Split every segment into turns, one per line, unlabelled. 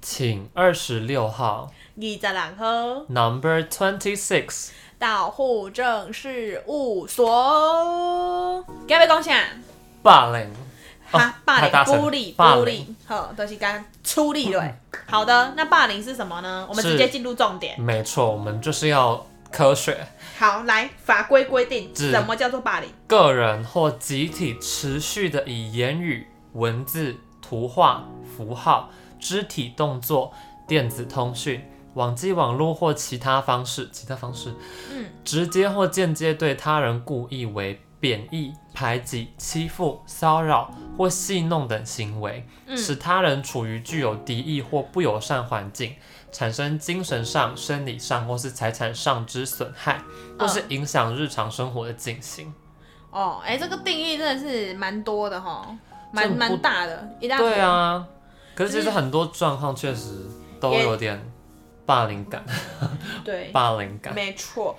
请二十六号
二十六号
Number Twenty Six
到户政事务所，今日要讲啥？
霸凌。哦
哈，霸
太大
凌、
声了
孤立、
霸
孤
凌
立，呵，都、就是刚处理对。好的，那霸凌是什么呢？我们
嗯是
直接进入重点。
没错，我们就是要科学。
好，来，法规规定
是
什么叫做霸凌？
个人或集体持续的以言语、文字、图画、符号、肢体动作、电子通讯、网际网络或其他方式，其他方式，
嗯，
直接或间接对他人故意为贬义、排挤、欺负、骚扰或戏弄等行为，
嗯
使他人处于具有敌意或不友善环境，产生精神上、生理上或是财产上之损害，
嗯
或是影响日常生活的进行。
哦，哎、这个定义真的是蛮多的哈，蛮
这不
蛮大的，一大坨
对，啊，可是其
就
实
是
很多状况确实都
也
有点霸凌感，
对，
霸凌感。
没错，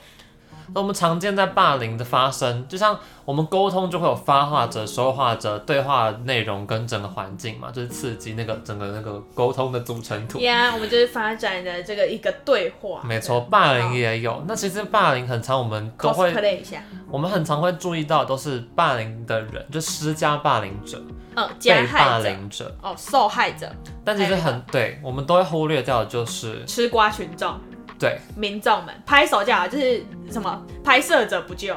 那我们常见在霸凌的发生，就像我们沟通就会有发话者、说话者、对话内容跟整个环境嘛，就是刺激那个整个那个沟通的组成图。
呀我们就是发展的这个一个对话，
没错，霸凌也有。那其实霸凌很常我们都会，
嗯，cosplay 一下，
我们很常会注意到都是霸凌的人，就施加霸凌者、
嗯，加
被霸
害者，
凌者。
哦，受害者，
但其实
还
很对，我们都会忽略掉，的就是
吃瓜群众。
对，
民众们拍手叫好，就是什么拍摄者不救，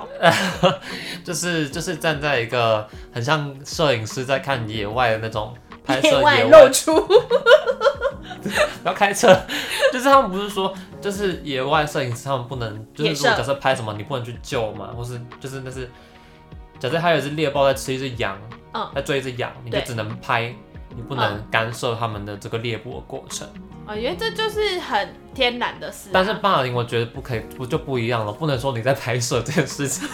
就是就是站在一个很像摄影师在看野外的那种拍摄
野外
外
露出。
不要开车， 就是他们不是说，就是野外摄影师他们不能，就是
野
如
摄
果假设拍什么你不能去救嘛，或是就是那是，假设还有一只猎豹在吃一只羊，
嗯，
在追一只羊，你就
对嗯
只能拍，你不能干涉他们的这个猎捕的过程。
我觉得哦这就是很天然的事啊、
但是霸凌我觉得不可以，不就不一样了，不能说你在拍摄这件事 情，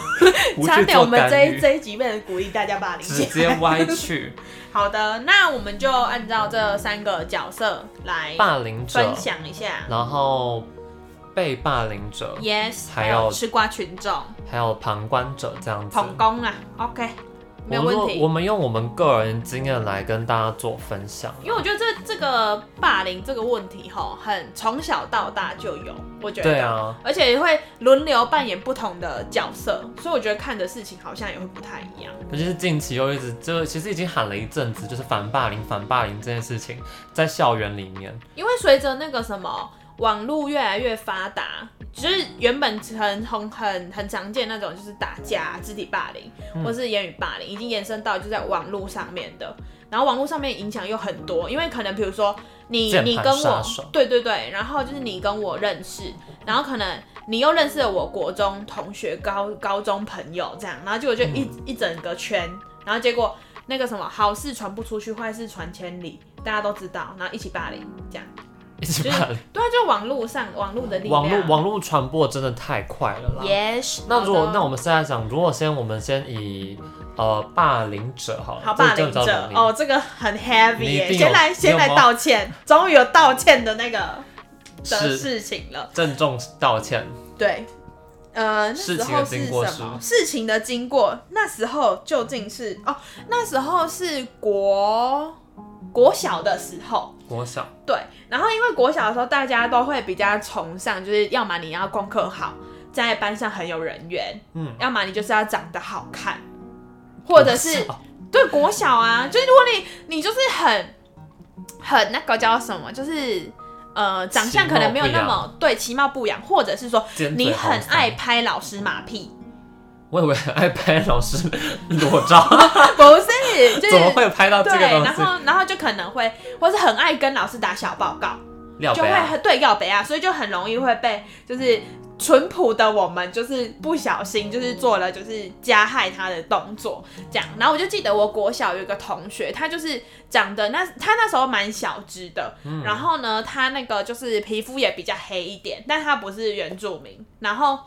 不
差
去
点
做
我们这
干
一
预，
这一集变成鼓励大家霸凌
直
起
接
来。
歪曲
好的，那我们就按照这三个角色来
霸凌者
分，享一下。
然后被霸凌者，
Yes，
还
还
有
有吃瓜群众、
还有旁观者这样子。
童工啊，OK，没有
我们
问
说
题
我。们用我们个人经验来跟大家做分享，
因为我觉得这这个霸凌这个问题吼，很从小到大就有，我觉得。
对啊，
而且会轮流扮演不同的角色，所以我觉得看的事情好像也会不太一样。
尤其是近期又一直就其实已经喊了一阵子，就是反霸凌、反霸凌这件事情在校园里面，
因为随着那个什么网络越来越发达，就是原本很很很很常见那种就是打架、肢体霸凌
嗯
或是言语霸凌，已经延伸到就在网络上面的。然后网络上面影响又很多，因为可能比如说你
键盘
你跟
杀
我
手
对对对，然后就是你跟我认识，然后可能你又认识了我国中同学、高高中朋友这样，然后结果就
嗯
一、一整个圈，然后结果那个什么好事传不出去，坏事传千里，大家都知道，然后一起霸凌这样。
一起霸凌。
对啊，就网络上网络的力量。
网络网络传播真的太快了啦。
yes 好的。
那如果那我们现在讲，如果先我们先以呃霸凌者好了，
好
这个
霸凌
叫做
者
名
哦，这个很 heavy
你一
耶、
定有
先来
你
先
有
来
吗
道歉，终于有道歉的那个的
是
事情了。
郑重道歉，
对，呃，那
事
时
情
候
的
是
经
什
过
么？事情的经过，那时候究竟是哦，那时候是国国小的时候，
国小
对，然后因为国小的时候，大家都会比较崇尚，就是要么你要功课好，在班上很有人缘，
嗯，
要么你就是要长得好看，或者是 对国小啊，就是如果你你就是很很那个叫什么，就是呃长相可能没有那
其貌不
么对其貌不扬，或者是说
尖嘴
你
猴
很
腮
爱拍老师马屁，
我以为很爱拍老师裸照，
啊不是就
怎么
是。
会拍到这
对，
个东
然
西？
后然后就可能会，或是很爱跟老师打小报告，
廖
就
北
会
啊
很对要北啊，所以就很容易会被就是淳朴的我们就是不小心就是做了就是加害他的动作这样。然后我就记得我国小有一个同学，他就是长得那他那时候蛮小只的，
嗯
然后呢他那个就是皮肤也比较黑一点，但他不是原住民，然后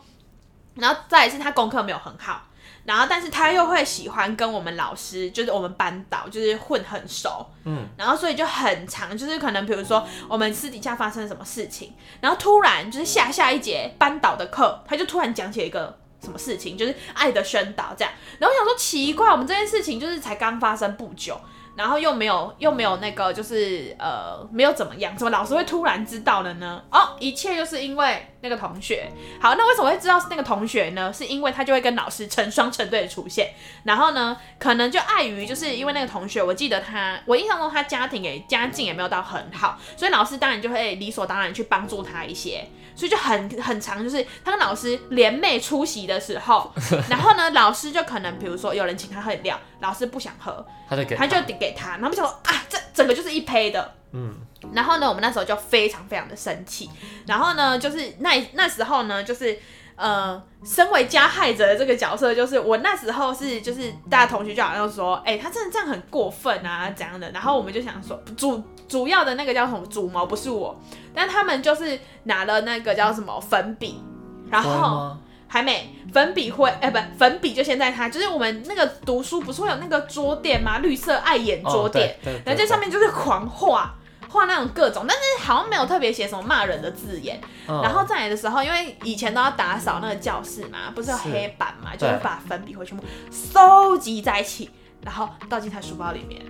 然后再一次他功课没有很好。然后，但是他又会喜欢跟我们老师，就是我们班导，就是混很熟，
嗯，
然后所以就很长，就是可能比如说我们私底下发生什么事情，然后突然就是下下一节班导的课，他就突然讲起一个什么事情，就是爱的宣导这样。然后我想说奇怪，我们这件事情就是才刚发生不久，然后又没有又没有那个就是呃没有怎么样，怎么老师会突然知道了呢？哦，一切就是因为那个同学。好，那为什么会知道是那个同学呢？是因为他就会跟老师成双成对的出现。然后呢，可能就碍于就是因为那个同学，我记得他，我印象中他家庭也家境也没有到很好，所以老师当然就会理所当然去帮助他一些。所以就很很长，就是他跟老师联袂出席的时候，然后呢，老师就可能比如说有人请他喝饮料，老师不想喝，
他就给
他就给他，然后我们就说啊，这整个就是一胚的。
嗯，
然后呢，我们那时候就非常非常的生气。然后呢，就是那那时候呢，就是呃，身为加害者的这个角色，就是我那时候是就是大家同学就好像说，哎、他真的这样很过分啊，怎样的。然后我们就想说，主主要的那个叫什么主谋不是我，但他们就是拿了那个叫什么粉笔，然
乖
后
吗？
还没粉笔灰，哎、不，粉笔就先在他，就是我们那个读书不是会有那个桌垫吗？绿色碍眼桌
哦对
垫，
对
然后
对
在上面就是狂画。画那种各种，但是好像没有特别写什么骂人的字眼。
嗯
然后再来的时候，因为以前都要打扫那个教室嘛，不是有
是
黑板嘛，就是
对
把粉笔灰全部收集在一起，然后倒进他书包里面。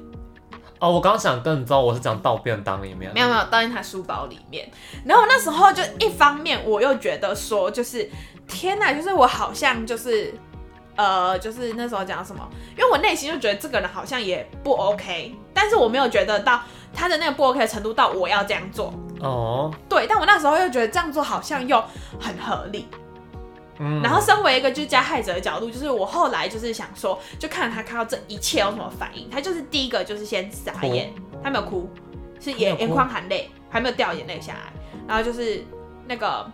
哦，我刚刚想更糟，我是讲倒便当里面
没，有没有，倒进他书包里面。然后我那时候就一方面我又觉得说，就是天哪，就是我好像就是呃，就是那时候讲什么，因为我内心就觉得这个人好像也不 OK，但是我没有觉得到他的那个不 OK 的程度到我要这样做。
哦，
对，但我那时候又觉得这样做好像又很合理，
嗯，
然后身为一个就是加害者的角度，就是我后来就是想说，就看他看到这一切有什么反应。他就是第一个就是先傻眼，他没有哭，是
没有
眼
哭
眼眶含泪，还没有掉眼泪下来。然后就是那个，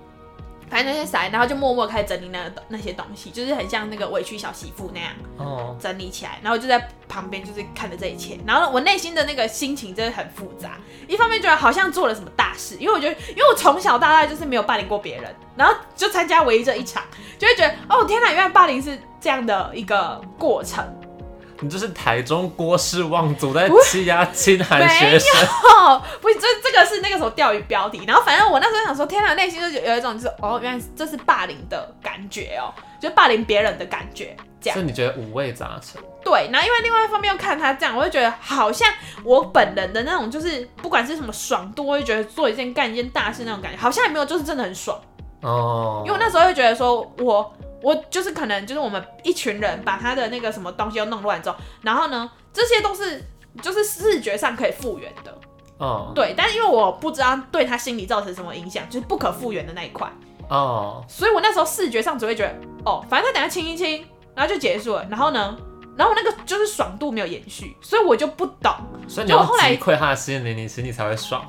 反正就是傻眼，然后就默默开始整理那个那些东西，就是很像那个委屈小媳妇那样
哦，
整理起来。然后我就在旁边就是看着这一切，然后我内心的那个心情真的很复杂，一方面觉得好像做了什么大事，因为我觉得，因为我从小到大就是没有霸凌过别人，然后就参加唯一这一场，就会觉得哦天哪，原来霸凌是这样的一个过程。
你就是台中郭氏望族在
不
欺压青韩学生，
哦，不是，这这个是那个时候钓鱼标的，然后反正我那时候想说，天哪，内心就有一种就是哦，原来这是霸凌的感觉哦，就是霸凌别人的感觉。这样
所以你觉得五味杂陈？
对，然后因为另外一方面又看他这样，我就觉得好像我本人的那种就是不管是什么爽度，我就觉得做一件干一件大事那种感觉，好像也没有就是真的很爽。
哦，
因为我那时候就觉得说我我就是可能就是我们一群人把他的那个什么东西都弄乱之后，然后呢，这些都是就是视觉上可以复原的，
哦
对，但是因为我不知道对他心理造成什么影响，就是不可复原的那一块，
哦，
所以我那时候视觉上只会觉得哦，反正他等一下亲一亲，然后就结束了，然后呢，然后我那个就是爽度没有延续，所以我就不懂，
所以你要
就我后来
击溃他的心灵，你心里才会爽。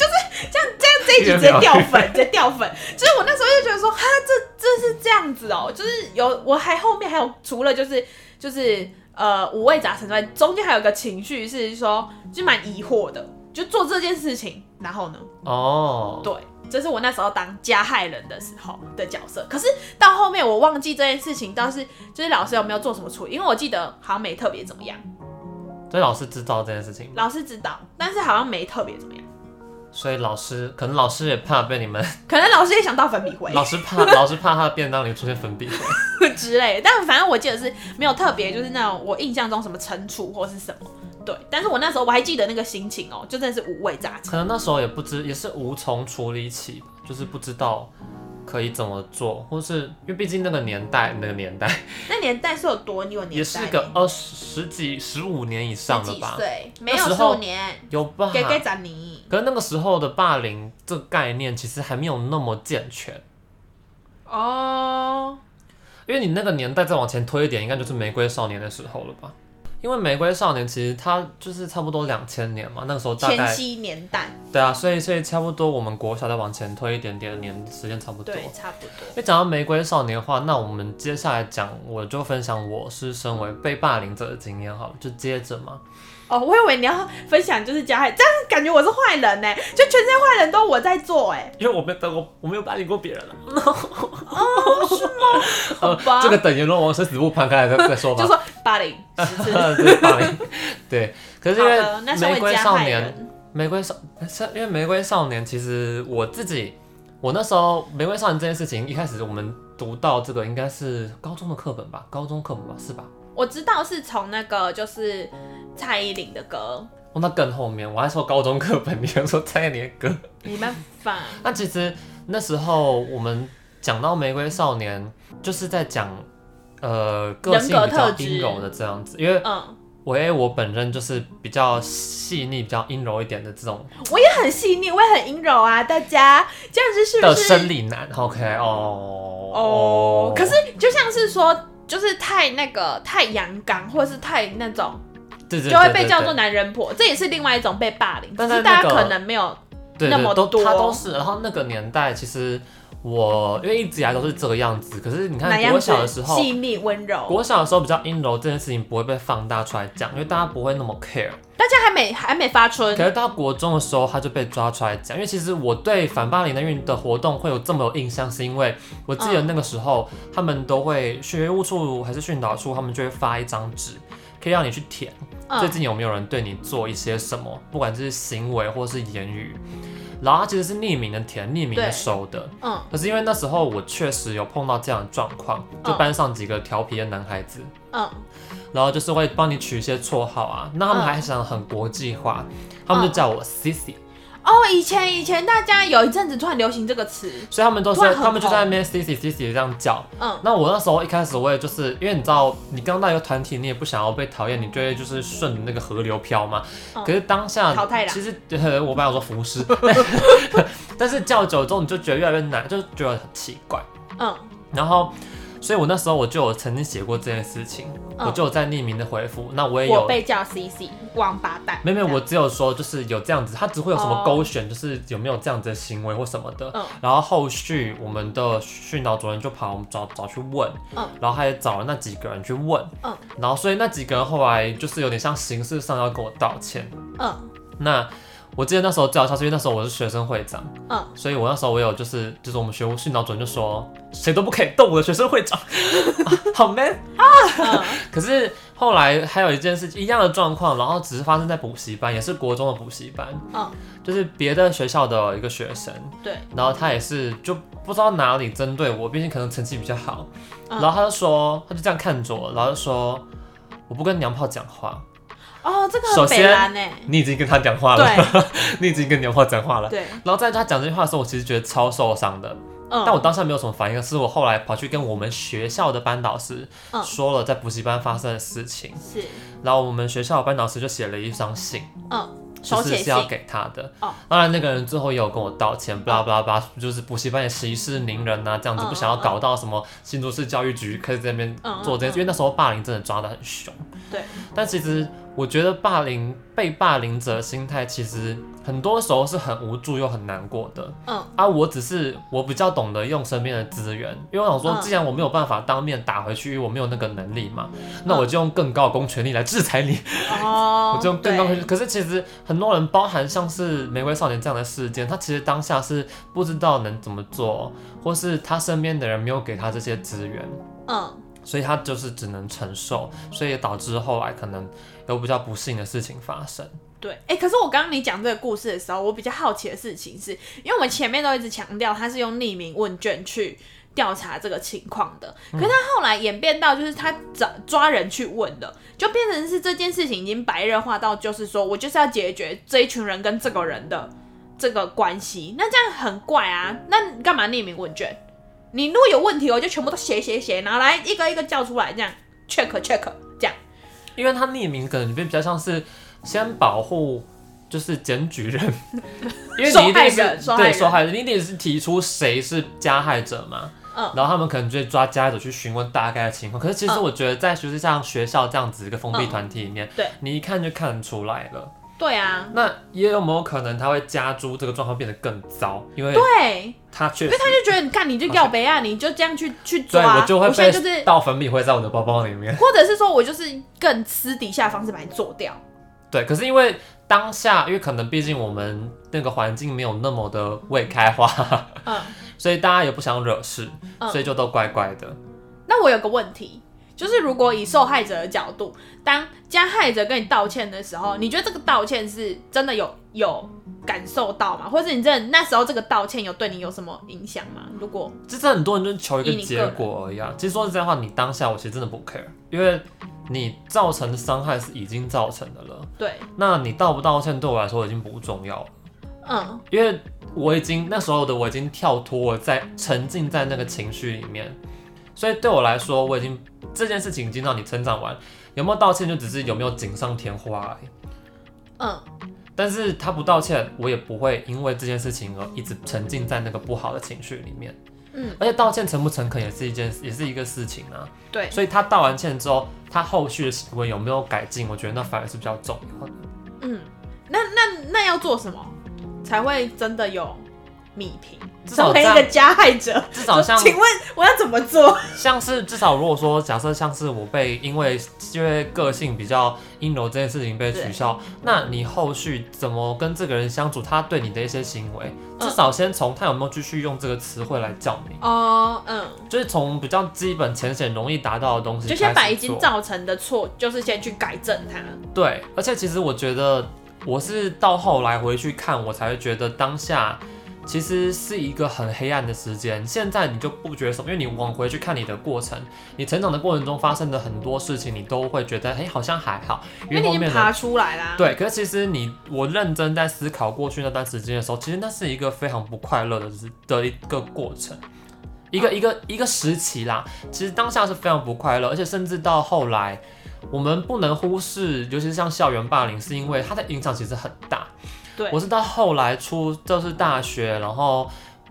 这一集直接掉粉，直接掉粉。就是我那时候就觉得说，哈，这这是这样子哦、就是有我还后面还有除了就是就是呃五味杂陈之外，中间还有一个情绪是说就蛮疑惑的，就做这件事情，然后呢，
哦，
对。这是我那时候当加害人的时候的角色，可是到后面我忘记这件事情，倒是就是老师有没有做什么处理，因为我记得好像没特别怎么样，
所以老师知道这件事情，
老师知道，但是好像没特别怎么样，
所以老师可能老师也怕被你们，
可能老师也想到粉笔灰
老师怕老师怕他的便当里出现粉笔灰。
之类的，但反正我记得是没有特别，就是那种我印象中什么惩处或是什么，对。但是我那时候我还记得那个心情哦、就真的是五味杂陈。
可能那时候也不知，也是无从处理起吧，就是不知道可以怎么做，或是因为毕竟那个年代，那个年代
那年代是有多有年代？
也是个二十十几、十五年以上
十
了
几
吧，
岁，没
那
有
时
十
候
五年，
有吧？
给给长你。
可是那个时候的霸凌这个概念其实还没有那么健全，
哦，
因为你那个年代再往前推一点，应该就是玫瑰少年的时候了吧？因为玫瑰少年其实它就是差不多两千年嘛，那个时候大
前
概
夕年代，
对啊，所以所以差不多我们国小再往前推一点点的年时间差不多。
对，差不多。
那讲到玫瑰少年的话，那我们接下来讲，我就分享我是身为被霸凌者的经验好了，就接着嘛。
哦，我以为你要分享就是加害，这样感觉我是坏人呢、就全世界坏人都我在做哎、
因为我没有过，我没有霸凌过别人啊了。
好吧，
这个等阎罗王生死簿摊开来再再说吧。
就说霸凌十 次。好
对霸凌，对。可是因
的，那
为
身
玫
为
瑰
加
少
害
年，
人，
玫瑰少，是因为玫瑰少年，其实我自己，我那时候玫瑰少年这件事情，一开始我们读到这个应该是高中的课本吧，高中课本吧，是吧？
我知道是从那个就是蔡依林的歌，
哦，那更后面，我还说高中课本，你还说蔡依林的歌。
没办法，
那其实那时候我们讲到玫瑰少年，就是在讲呃个性比
人格
较
特质
阴柔的这样子，因为
嗯，
我因为我本身就是比较细腻、比较阴柔一点的这种
我也很细腻，我也很阴柔啊，大家这样子是不
的
是？
生理男。OK，哦
哦，可是就像是说，就是太那个太阳刚，或是太那种，
对对
就会
对
被
对
叫做
对
男人婆，这也是另外一种被霸凌，
但
只
在
是大家
那个
可能没有，
对
那么
对，都
多
他都是。然后那个年代，其实我因为一直以来都是这个样子，可是你看
哪样
我
子
小的时候，
细腻温柔，
国小的时候比较阴柔这件事情不会被放大出来讲，因为大家不会那么 care。
大家还没还没发春
可，是到国中的时候，他就被抓出来讲，因为其实我对反霸凌的运的活动会有这么有印象，是因为我记得那个时候、他们都会学务处还是训导处，他们就会发一张纸，可以让你去填，最
嗯，
近有没有人对你做一些什么，不管是行为或是言语。然后它其实是匿名的填，匿名
对
的收的。
嗯，
可是因为那时候我确实有碰到这样的状况，就
嗯
班上几个调皮的男孩子，
嗯，
然后就是会帮你取一些绰号啊。那他们
嗯
还想很国际化，他们就叫我 Cici，、
哦，以前以前大家有一阵子突然流行这个词，
所以他们都是
突然很
他们就在那边 Cici Cici 这样叫。
嗯，
那我那时候一开始我也就是因为你知道，你刚到一个团体，你也不想要被讨厌，你就会就是顺着那个河流飘嘛。
嗯
可是当下
淘汰啦
其实呃我本来想说浮尸，但是 叫久之后你就觉得越来越难，就觉得很奇怪。
嗯，
然后，所以我那时候我就有曾经写过这件事情，
嗯
我就有在匿名的回复。那我也
我
有
被叫 CC 王八蛋，
没有没有，
这
我
样
只有说就是有这样子，他只会有什么
哦
勾选，就是有没有这样子的行为或什么的。
嗯
然后后续我们的训导主任就跑我们找找去问，
嗯
然后他也找了那几个人去问，
嗯
然后所以那几个人后来就是有点像形式上要跟我道歉。
嗯
那我记得那时候最好笑是因为那时候我是学生会长，
嗯，
所以我那时候我有就是就是我们学务训导主任就说谁都不可以动我的学生会长， 啊好 man
嗯
可是后来还有一件事情一样的状况，然后只是发生在补习班，也是国中的补习班，
嗯，
就是别的学校的一个学生，
对，
然后他也是就不知道哪里针对我，毕竟可能成绩比较好，
嗯
然后他就说，他就这样看着我，然后就说我不跟娘炮讲话，
哦，这个
首
很
先
北蓝诶，
你已经跟他讲话了，
嗯对
你已经跟娘炮讲话了。
对，
然后在他讲这句话的时候，我其实觉得超受伤的，
嗯，
但我当下没有什么反应，是我后来跑去跟我们学校的班导师
嗯
说了在补习班发生的事情。
是
然后我们学校的班导师就写了一封信，
嗯，
就
手
是
写
是
信
要给他的。
哦
当然那个人最后也有跟我道歉，巴拉巴拉巴拉，就是补习班也息事宁人呐、这样子
嗯
不想要搞到什么新竹市教育局开始在那边
嗯嗯
做这些，
嗯
因为那时候霸凌真的抓得很凶。
对，
但其实我觉得霸凌被霸凌者的心态，其实很多时候是很无助又很难过的。
嗯
啊，我只是我比较懂得用身边的资源，因为我想说，
嗯
既然我没有办法当面打回去，因为我没有那个能力嘛，那
嗯
我就用更高的公权力来制裁你。
哦，
我就更
对
高可可是其实很多人，包含像是玫瑰少年这样的事件，他其实当下是不知道能怎么做，或是他身边的人没有给他这些资源，
嗯
所以他就是只能承受，所以也导致后来可能有比较不幸的事情发生。
对，哎、可是我刚刚你讲这个故事的时候，我比较好奇的事情是，因为我们前面都一直强调他是用匿名问卷去调查这个情况的，可是他后来演变到就是他找抓人去问的，就变成是这件事情已经白热化到，就是说我就是要解决这一群人跟这个人的这个关系，那这样很怪啊，那你干嘛匿名问卷？你如果有问题，我就全部都写写写，然后来一个一个叫出来，这样 check check 这样，
因为他匿名，可能就比较像是先保护。就是检举人，因为你一定
受害
是
人受害
对
人
受害人，你一定是提出谁是加害者嘛，
嗯
然后他们可能就会抓家属去询问大概的情况。可是其实
嗯
我觉得，在就是像学校这样子一个封闭
嗯
团体里面，
对
你一看就看得出来了。
对啊，
那也有没有可能他会加诸这个状况变得更糟？因为
对。
他确
因
实
为，他就觉得，你看你就要北啊，你就这样去去
对
抓，
我就会
现在
被
就是，
到粉笔灰在我的包包里面。
或者是说我就是更私底下的方式把你做掉，
对，可是因为当下，因为可能毕竟我们那个环境没有那么的未开化，
嗯，
所以大家也不想惹事，
嗯
所以就都乖乖的。
那我有个问题，就是如果以受害者的角度，当加害者跟你道歉的时候，你觉得这个道歉是真的有有感受到吗？或者你真的那时候这个道歉有对你有什么影响吗？如果
其实很多人就是求一
以
个
你个
结
人
果而已啊。其实说实在话，你当下我其实真的不 care，因为你造成的伤害是已经造成的了，
对，
那你道不道歉对我来说已经不重要了，
嗯
因为我已经那时候的我已经跳脱了，在沉浸在那个情绪里面，所以对我来说，我已经这件事情已经让你成长完，有没有道歉就只是有没有锦上添花而已。
嗯，
但是他不道歉，我也不会因为这件事情而一直沉浸在那个不好的情绪里面。
嗯，
而且道歉诚不诚恳也是一件，也是一个事情啊。
对，
所以他道完歉之后，他后续的行为有没有改进，我觉得那反而是比较重要的。
嗯，那那那要做什么才会真的有米平？
至
成
少
为一
这
个
样
加害者，
至少像
请问我要怎么做？
像是至少如果说假设像是我被因为因为个性比较阴柔这件事情被取笑，那你后续怎么跟这个人相处，他对你的一些行为，
嗯
至少先从他有没有继续用这个词汇来叫你，
哦，嗯。
就是从比较基本、浅显、容易达到的东西
就
开
先
始
把已经
做
造成的错，就是先去改正它。
对，而且其实我觉得我是到后来回去看，我才会觉得当下其实是一个很黑暗的时间。现在你就不觉得什么，因为你往回去看你的过程，你成长的过程中发生的很多事情，你都会觉得哎、诶好像还好，
因为你
后
已经
面
爬
的。
出来啦。，
对，可是其实你我认真在思考过去那段时间的时候，其实那是一个非常不快乐的日的一个过程，一个一个一个时期啦。其实当下是非常不快乐，而且甚至到后来，我们不能忽视，尤其是像校园霸凌，是因为它的影响其实很大。
对
我是到后来出就是大学，然后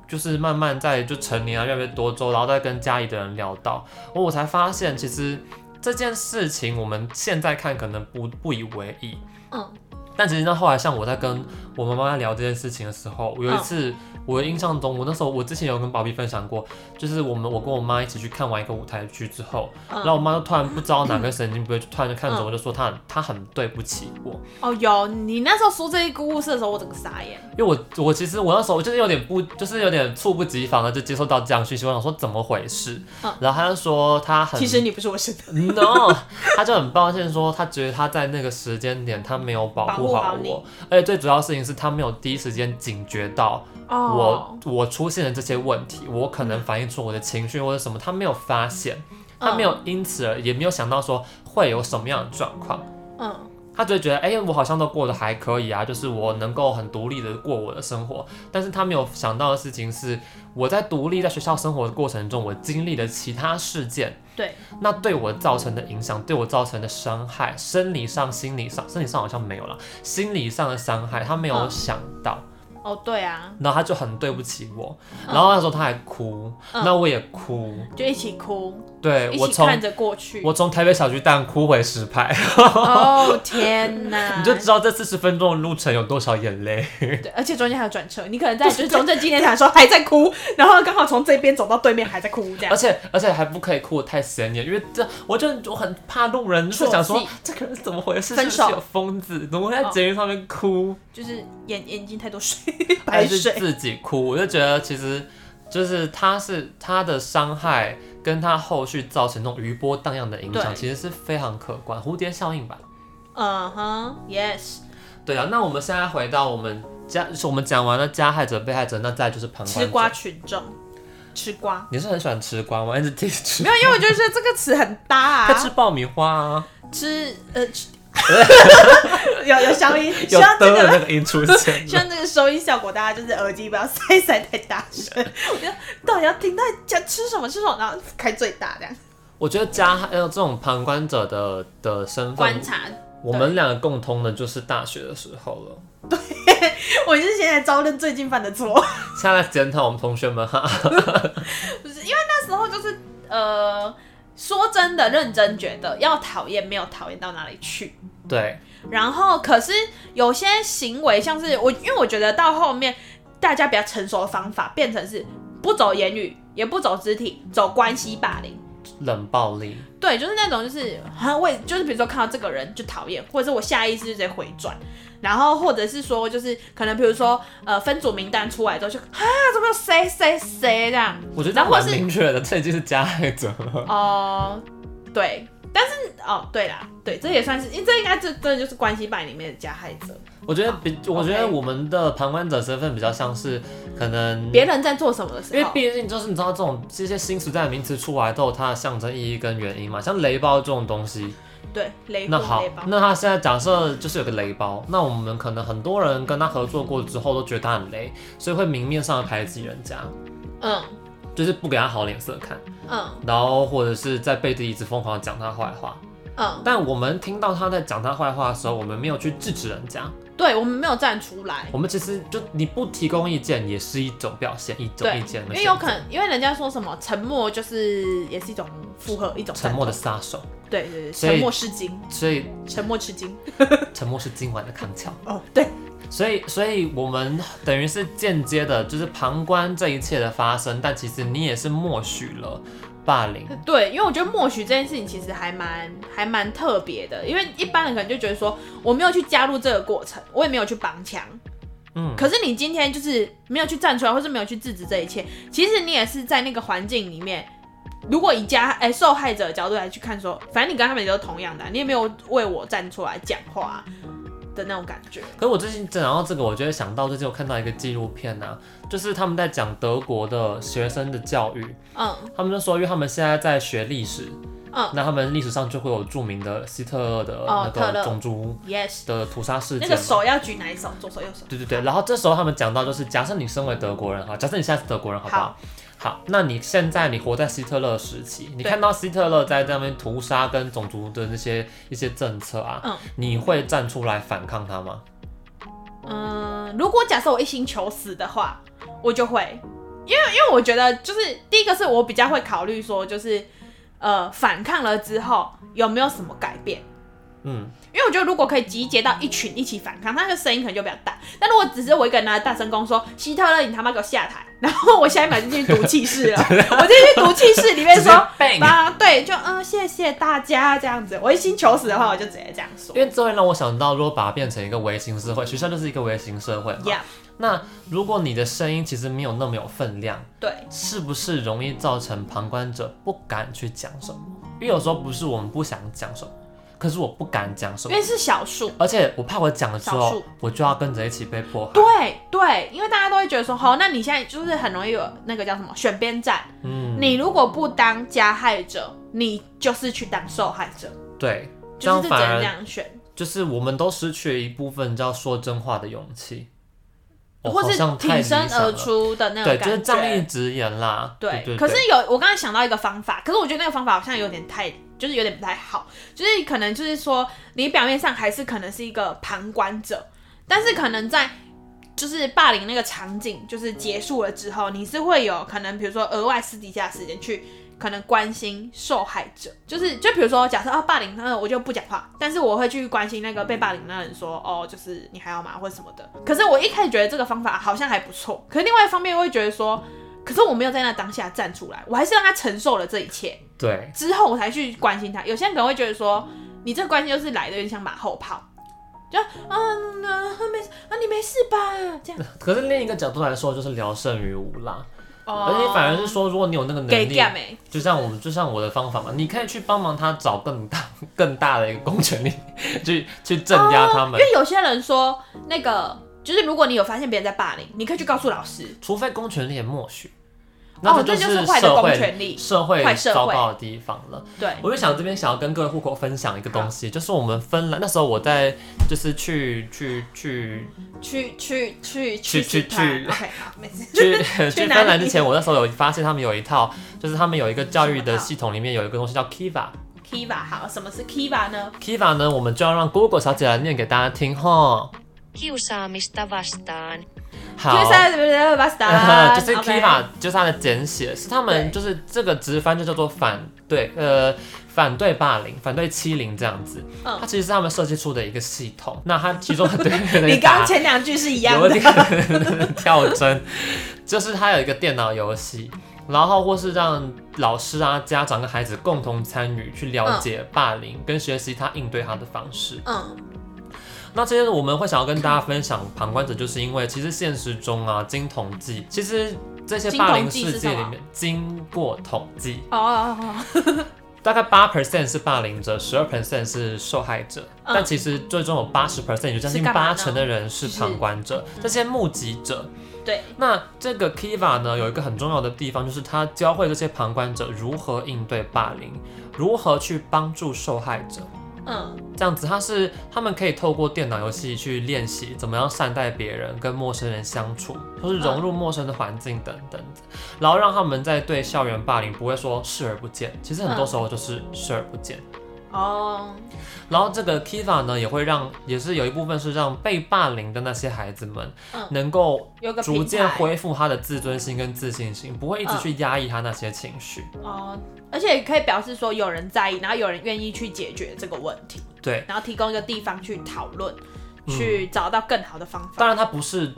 就是慢慢在就成年啊，越来越多周，然后再跟家里的人聊到，我我才发现其实这件事情我们现在看可能不不以为意，
嗯，
但其实到后来，像我在跟我妈妈聊这件事情的时候，我
嗯
有一次，我的印象中，我那时候我之前有跟宝碧分享过，就是我们我跟我妈一起去看完一个舞台剧之后，
嗯
然后我妈就突然不知道哪根神经不对，就突然就看着我就说她很她很对不起我，
哦，有你那时候说这一个故事的时候，我整个傻眼。
因为我我其实我那时候就是有点不就是有点猝不及防的就接受到这样讯息，我想说怎么回事
嗯，
然后她就说她很
其实你不是我生的，
no，他就很抱歉说，他觉得他在那个时间点他没有保护
保护好
好
你
我，而且最主要的事情是他没有第一时间警觉到我、
哦，
我出现的这些问题，我可能反映出我的情绪或者什么，他没有发现，他没有因此而也没有想到说会有什么样的状况。
嗯，
他只会觉得，哎、我好像都过得还可以啊，就是我能够很独立的过我的生活。但是他没有想到的事情是，我在独立在学校生活的过程中，我经历了其他事件，
对，
那对我造成的影响，对我造成的伤害，生理上、心理上，生理上好像没有了，心理上的伤害他没有
嗯
想到，
哦，对啊，
然后他就很对不起我，
嗯
然后那时候他还哭，
嗯
那我也哭，
就一起哭，
对
一
我
起
从
看着过去。
我从台北小巨蛋哭回石牌，
哦天哪！
你就知道这四十分钟的路程有多少眼泪。
对，而且中间还有转车，你可能在就是中正纪念堂的时候还在哭，然后刚好从这边走到对面还在哭，这
而
样。
且而且还不可以哭得太显眼，因为这我就我很怕路人，就是想说
啜泣
这个人怎么回事，
分
是不
手哦
是有疯子，怎么会在捷运上面哭？
就是眼眼睛太多水，
还
白
是
水。
自己哭，我就觉得其实就是他是他的伤害跟他后续造成那种余波荡漾的影响，
对
其实是非常可观，蝴蝶效应吧。
嗯哼，yes，
对啊，那我们现在回到我们加，我们讲完了加害者、被害者，那再就是旁观
吃
者
瓜。群众，吃瓜。
你是很喜欢吃瓜吗？一直听吃
没，有，因为我就觉得这个词很搭啊。
他 吃爆米花啊，
吃呃， 吃有有消音，希
有
望这
的
个
那个音出现
希
了。
望这个收音效果，大家就是耳机不要塞 塞太大声。我觉得到底要听他讲吃什么吃什么，然后开最大这样。
我觉得加害呃这种旁观者的的
嗯
身份，
察，
我们两个共通的就是大学的时候了。
我就是现在招认最近犯的错，
现在来检讨我们同学们哈，
不是因为那时候就是呃，说真的，认真觉得要讨厌没有讨厌到哪里去，
对，
然后可是有些行为，像是我，因为我觉得到后面大家比较成熟的方法，变成是不走言语，也不走肢体，走关系霸凌。
冷暴力。
对，就是那种就是啊，我也就是比如说看到这个人就讨厌，或者是我下意识就直接回转，然后或者是说就是可能比如说呃分组名单出来之后就啊怎么有谁谁谁这样
我觉得
然
这
后或
蛮
是
明确的，这已经是加害者了。
哦、对，但是哦对啦，对这也算是，因为这应该这真的就是关系版里面的加害者，
我觉得比，我觉得我们的旁观者身份比较像是可能，
别人在做什么的
因
时
为
候，
毕竟就是你知道这种这些新时代的名词出来都有它的象征意义跟原因嘛，像雷包这种东西，
对，雷
那
棍
好
雷包，，
那他现在假设就是有个雷包，那我们可能很多人跟他合作过之后都觉得他很雷，所以会明面上排挤人家，
嗯
就是不给他好脸色看，
嗯
然后或者是在背地里一直疯狂地讲他坏话。
嗯，
但我们听到他在讲他坏话的时候，我们没有去制止人家，
对我们没有站出来，
我们其实就你不提供意见也是一种表现，一种
对
意见的选择，
因为有可能，因为人家说什么沉默就是也是一种附和，一种
沉默的
赞
杀手，
同，对对对，
所以
沉默是金，
所以
沉默吃惊。
沉默是今晚的康桥。
哦，对，
所以，所以我们等于是间接的，就是旁观这一切的发生，但其实你也是默许了霸凌。
对，因为我觉得默许这件事情其实还蛮还蛮特别的，因为一般人可能就觉得说我没有去加入这个过程，我也没有去帮腔。
嗯，
可是你今天就是没有去站出来，或是没有去制止这一切，其实你也是在那个环境里面。如果以加哎、受害者的角度来去看说反正你跟他们也都同样的啊、你也没有为我站出来讲话啊的那种感觉。
可是我最近讲到这个，我就会想到最近我看到一个纪录片啊，就是他们在讲德国的学生的教育，
嗯
他们就说，因为他们现在在学历史，
嗯
那他们历史上就会有著名的希特勒的
哦
那
特
个
勒
种族
，yes，
的屠杀事
那
件
个
嘛。
手要举哪一手？左手右手？
对对对，然后这时候他们讲到，就是假设你身为德国人哈，假设你现在是德国人，好不好？好，那你现在你活在希特勒时期，你
对
看到希特勒在那边屠杀跟种族的那些一些政策啊，
嗯
你会站出来反抗他吗？
嗯，如果假设我一心求死的话，我就会，因为因为我觉得就是第一个是我比较会考虑说，就是呃反抗了之后有没有什么改变。
嗯，
因为我觉得，如果可以集结到一群一起反抗，那个声音可能就比较大。但如果只是我一个人拿着大声公说“希特勒，你他妈给我下台”，然后我下一秒就进去毒气室了，我进去毒气室里面
直接
说
bang
啊，对，就嗯，谢谢大家这样子。我一心求死的话，我就直接这样说
因。为这会让我想到，如果把它变成一个微型社会，学校就是一个微型社会嘛。
Yeah，
那如果你的声音其实没有那么有分量，
对，
是不是容易造成旁观者不敢去讲什么？因为有时候不是我们不想讲什么，可是我不敢讲什
因
么
为。是小数。
而且我怕我讲了之
少
后
数，
我就要跟着一起被迫害。
对对，因为大家都会觉得说，好，那你现在就是很容易有那个叫什么选边站。
嗯，
你如果不当加害者，你就是去当受害者，
对，这
就
样
是只能
反
这
而
样选。
就是我们都失去了一部分叫说真话的勇气，哦
或
好
是
像太
挺
理
身
想
而
了
出的那种
对，
感
就
觉。
是仗义直言啦。
对，
对，
可是
对
有我刚刚想到一个方法，可是我觉得那个方法好像有点太，就是有点不太好，就是可能就是说你表面上还是可能是一个旁观者，但是可能在就是霸凌那个场景就是结束了之后，你是会有可能比如说额外私底下的时间去。可能关心受害者，就是就比如说，假设啊霸凌，那我就不讲话，但是我会去关心那个被霸凌的人说，哦，就是你还好吗，或者什么的。可是我一开始觉得这个方法好像还不错，可是另外一方面我会觉得说，可是我没有在那当下站出来，我还是让他承受了这一切
对
之后，我才去关心他。有些人可能会觉得说，你这个关心就是来的有点像马后炮，就嗯啊没事啊你没事吧这样，
可是另一个角度来说，就是聊胜于无啦。
哦
而且反而是说，如果你有那个
给
能力，
干没
就像我们就像我的方法嘛，你可以去帮忙他找更大 更大的一个公权力， 去去镇压他
哦因
们。
为有些人说那个就是如果你有发现别人在霸凌，你可以去告诉老师。
除非公权力也默许，
哦
那，
这
就是
坏的
社
公
会
权力，
社会
坏社会
糟糕的地方了。
对，
我就想这边想要跟各位户口分享一个东西，就是我们芬兰那时候我在就是去去去
去去去
去
去
去
死他
去
，OK，好，没事，
去去
去哪里
芬兰之前，我那时候有发现他们有一套，就是他们有一个教育
什
的
么套
系统里面有一个东西叫 Kiva。
Kiva 好，什么是 Kiva 呢？
Kiva 呢，我们就要让 Google 小姐来念给大家听哈。
Kiusaamista vastaan.
好。
Kiva
就是
OK
Kiva，就是它的简写，是他们
对
就是这个直翻就叫做反对，呃，反对霸凌、反对欺凌这样子。
嗯
它其实是他们设计出的一个系统。那它其中对 对对
你刚
答
刚前两句是一样
有
的，
点 跳针，就是它有一个电脑游戏，然后或是让老师啊、家长跟孩子共同参与，去了
嗯
解霸凌跟学习他应对他的方式。
嗯，
那今天我们会想要跟大家分享旁观者，就是因为其实现实中啊，经统计，其实这些霸凌事件里面，经过统计，
哦哦哦，
大概八 percent 是霸凌者，十二 percent 是受害者，
嗯
但其实最终有八十 percent，也就将近
是干嘛
八
呢嗯
成的人是旁观者，这些目击者。
对，
那这个 Kiva 呢，有一个很重要的地方，就是他教会这些旁观者如何应对霸凌，如何去帮助受害者。
嗯，
这样子，他是他们可以透过电脑游戏去练习怎么样善待别人、跟陌生人相处，或是融入陌生的环境等等的，然后让他们在对校园霸凌不会说视而不见。其实很多时候就是视而不见。
哦，
然后这个 Kiva 呢，也会让，也是有一部分是让被霸凌的那些孩子们
嗯
能够
有个
逐
平
渐
台
恢复他的自尊心跟自信心，不会一直
嗯
去压抑他那些情绪。
哦，而且可以表示说有人在意，然后有人愿意去解决这个问题，
对，
然后提供一个地方去讨论，
嗯
去找到更好的方法。
当然它不是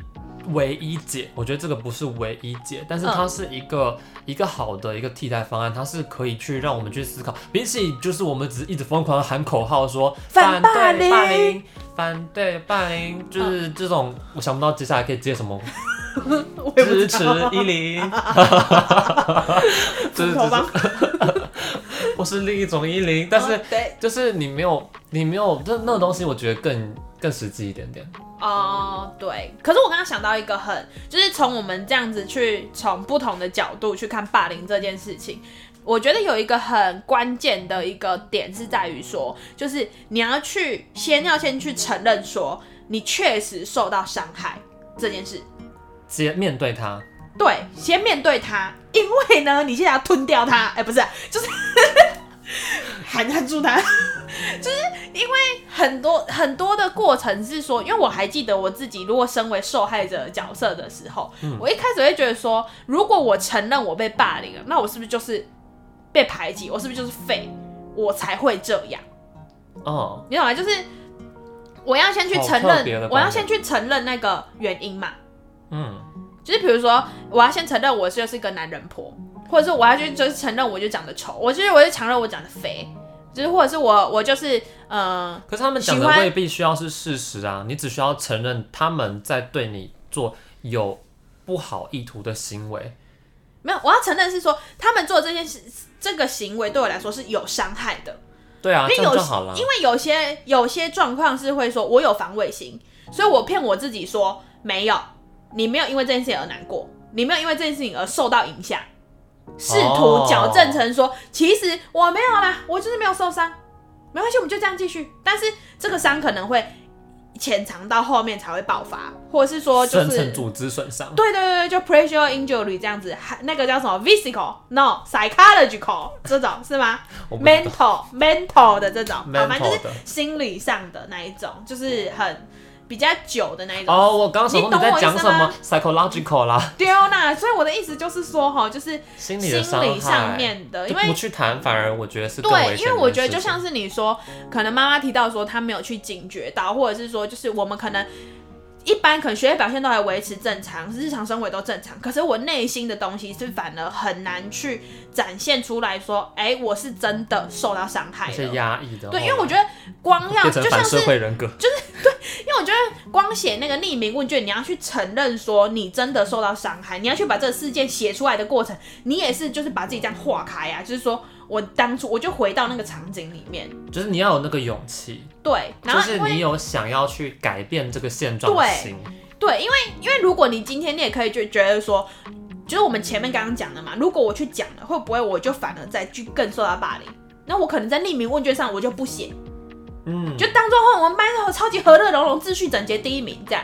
唯一解，我觉得这个不是唯一解，但是
嗯
它是一个、一个好的一个替代方案，它是可以去让我们去思考，比起就是我们只是一直疯狂地喊口号说
反
对
霸凌嗯
霸凌。反对霸凌，就是这种，我想不到接下来可以接什么
我也不
支
知
持
道，
一 零，就是
斧 头帮
我是另一种一零，但是
嗯对
就是你没有你没有这那个东西，我觉得更更实际一点点。
哦，对。可是我刚刚想到一个很，就是从我们这样子去从不同的角度去看霸凌这件事情，我觉得有一个很关键的一个点是在于说，就是你要去先要先去承认说你确实受到伤害这件事，
接面对它，
对，先面对它，因为呢，你现在要吞 掉它，哎、不是，就是 含含住它， 就是因为很多很多的过程是说，因为我还记得我自己，如果身为受害者角色的时候，
嗯
我一开始会觉得说，如果我承认我被霸凌了，那我是不是就是被排挤？我是不是就是废？我才会这样，
哦，
你懂吗？就是我要先去
好
承
特别的
认，我要
观点
先去承认那个原因嘛。
嗯，
就是比如说，我要先承认我就是一个男人婆，或者是我要去就是承认我就长得丑，我就是我就承认我长得肥，就是或者是我我就是呃，
可是他们讲
喜
的
欢
未必需要是事实啊，你只需要承认他们在对你做有不好意图的行为。
没有，我要承认是说他们做这件事这个行为对我来说是有伤害的，
对啊，
因
这
为
样
有
就好了。
因为有些有些状况是会说我有防卫心，所以我骗我自己说没有，你没有因为这件事情而难过，你没有因为这件事情而受到影响，试
哦
图矫正成说、其实我没有啦，我就是没有受伤，没关系，我们就这样继续。但是这个伤可能会潜藏到后面才会爆发，或者是说就
深
是
层组织损伤，
对对对，对就 pressure injury 这样子，还那个叫什么 physical no psychological 这种是吗
我不知道
？mental mental 的这种，好
Mental
反正就是
的
心理上的那一种，就是很比较久的那一种。
哦，我刚刚想说
你懂
在
我意思
讲什么
吗
psychological 啦，
丢啦，所以我的意思就是说，哈，就是
心理
心
的伤害
理上面的，因
就
为
不去谈，反而我觉得是更危
对，
险
因为我觉得
的
就
事情
像是你说，可能妈妈提到说她没有去警觉到，或者是说就是我们可能一般可能学业表现都还维持正常，日常生活也都正常，可是我内心的东西是反而很难去展现出来说，哎、我是真的受到伤害
那些
了。
压抑哦的话，
对，因为我觉得光要
变成
就像
反
是
社会人格，
因为我觉得光写那个匿名问卷，你要去承认说你真的受到伤害，你要去把这个事件写出来的过程，你也是就是把自己这样化开啊，就是说我当初我就回到那个场景里面，
就是你要有那个勇气，
对，然
就
后
是
因
你
为
有想要去改变这个现状的
对
心，
对，因为因为如果你今天你也可以就觉得说，就是我们前面刚刚讲的嘛，如果我去讲了，会不会我就反而再去更受到霸凌？那我可能在匿名问卷上我就不写，
嗯，
就当做哦我们班的超级和乐融融、秩序整洁第一名这样，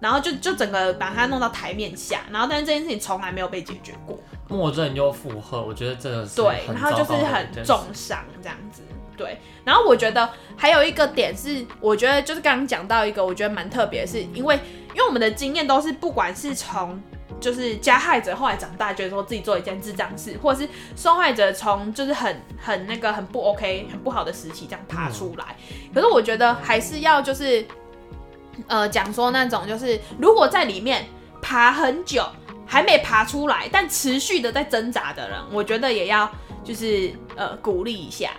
然后就就整个把它弄到台面下，然后但是这件事情从来没有被解决过，
默认又附和，我觉得真的是
对，
很
然后就
糟糕
是
的一
很
件事
重伤这样子，对。然后我觉得还有一个点是，我觉得就是刚刚讲到一个我觉得蛮特别，的是因为因为我们的经验都是不管是从就是加害者后来长大觉得说自己做一件智障事，或者是受害者从就是很很那个很不 OK 很不好的时期这样爬出来，
嗯
可是我觉得还是要就是呃讲说那种就是如果在里面爬很久还没爬出来，但持续的在挣扎的人，我觉得也要就是呃鼓励一下，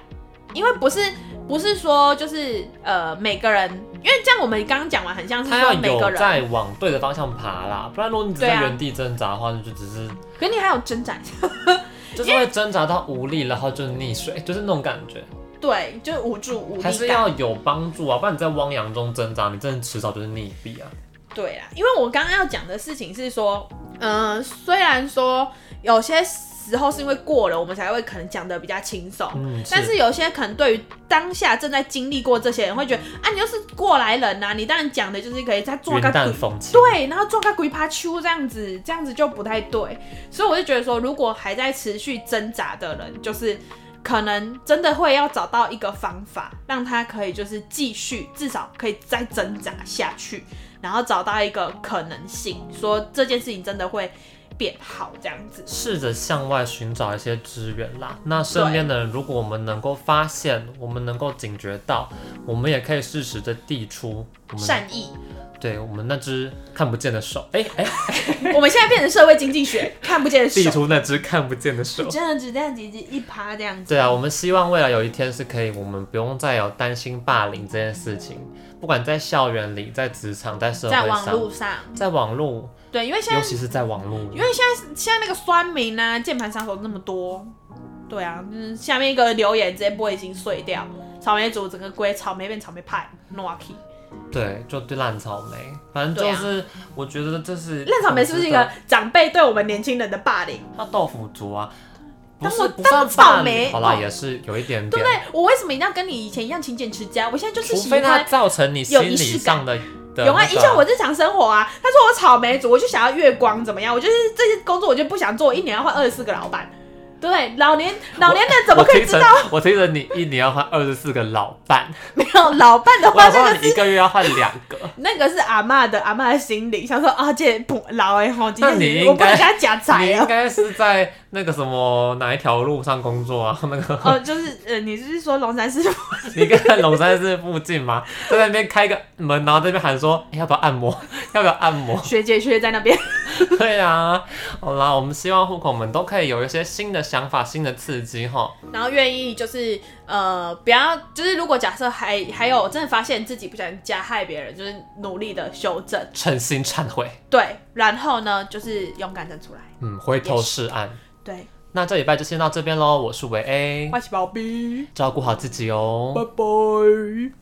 因为不是不是说就是呃每个人，因为这样我们刚刚讲完很像是
他要
说每个
有
人，
在往对的方向爬啦，不然如果你只
对
在
啊
原地挣扎的话，你就只是
可是你还有挣扎一下，
就是会挣扎到无力，然后就溺水，就是那种感觉。
对，就是无助无力
还
感，
是要有帮助啊，不然你在汪洋中挣扎，你真的迟早就是溺毙啊。
呃对啦，因为我刚刚要讲的事情是说，嗯、虽然说有些时候是因为过了，我们才会可能讲的比较轻松。
嗯，
但是有些可能对于当下正在经历过这些人，会觉得啊，你又是过来人呐、你当然讲的就是可以再做
云
个
淡风轻，，
对，然后撞个鬼爬丘这样子，这样子就不太对。所以我就觉得说，如果还在持续挣扎的人，就是可能真的会要找到一个方法，让他可以就是继续，至少可以再挣扎下去，然后找到一个可能性，说这件事情真的会变好这样子。
试着向外寻找一些资源啦。那身边的人，如果我们能够发现，我们能够警觉到，我们也可以适时的递出我们
善意，
对我们那只看不见的手，哎、哎、
我们现在变成社会经济学，看不见的
递
手，
出那只看不见的手。
真的只这样子一趴这样子。
对啊，我们希望未来有一天是可以，我们不用再有担心霸凌这件事情，不管在校园里、在职场、在社会
在网
上
络，上，
在网络，
对，因为现在
尤其是在网络，
因为现在现在那个酸民啊，键盘杀手那么多，对啊，就是下面一个留言直接不会已经碎掉，草莓组整个归草莓变草莓派 n o k i
对，就对烂草莓，反正
对
就
啊
是、我觉得这是
烂草莓是不是一
统治
个
的
长辈对我们年轻人的霸凌？
那豆腐族啊？不
当
是
我
不
当
算
我草
霸凌
莓
好啦，
哦
也是有一点点
对不，对？我为什么一定要跟你以前一样勤俭持家？我现在就是
除
喜
非它
欢。
造成你心
有
理
仪式
上的的
有啊，
那个
影响我日常生活啊。他说我草莓族，我就想要月光怎么样？我就是这些工作我就不想做，我一年要换二十四个老板。对不对，老年老年人怎么可以知道？
我提着你一年要换二十四个老 伴，
没有老伴的
我
话，
想
这个
说
是
你一个月要换两 个，
那个是阿嬷的阿嬷的心理，想说啊，这不老哎吼，今
那你
天
应该
我不能给他夹
你
财
应
啊。
该是在那个什么哪一条路上工作啊？那个
哦，就是呃，你是说龙山师傅？
你跟龙山寺附近吗？在那边开个门，然后这边喊说、哎要不要按摩？ 要不要按摩？
学姐学姐在那边，
对啊，好啦，我们希望户口们都可以有一些新的想法、新的刺激哈。
然后愿意就是呃，不要就是如果假设还还有真的发现自己不小心加害别人，就是努力的修正，
诚心忏悔，
对，然后呢就是勇敢站出来，
嗯，回头是岸。
对，
那这礼拜就先到这边喽，我是维 A，
我是宝贝，
照顾好自己哦，
拜。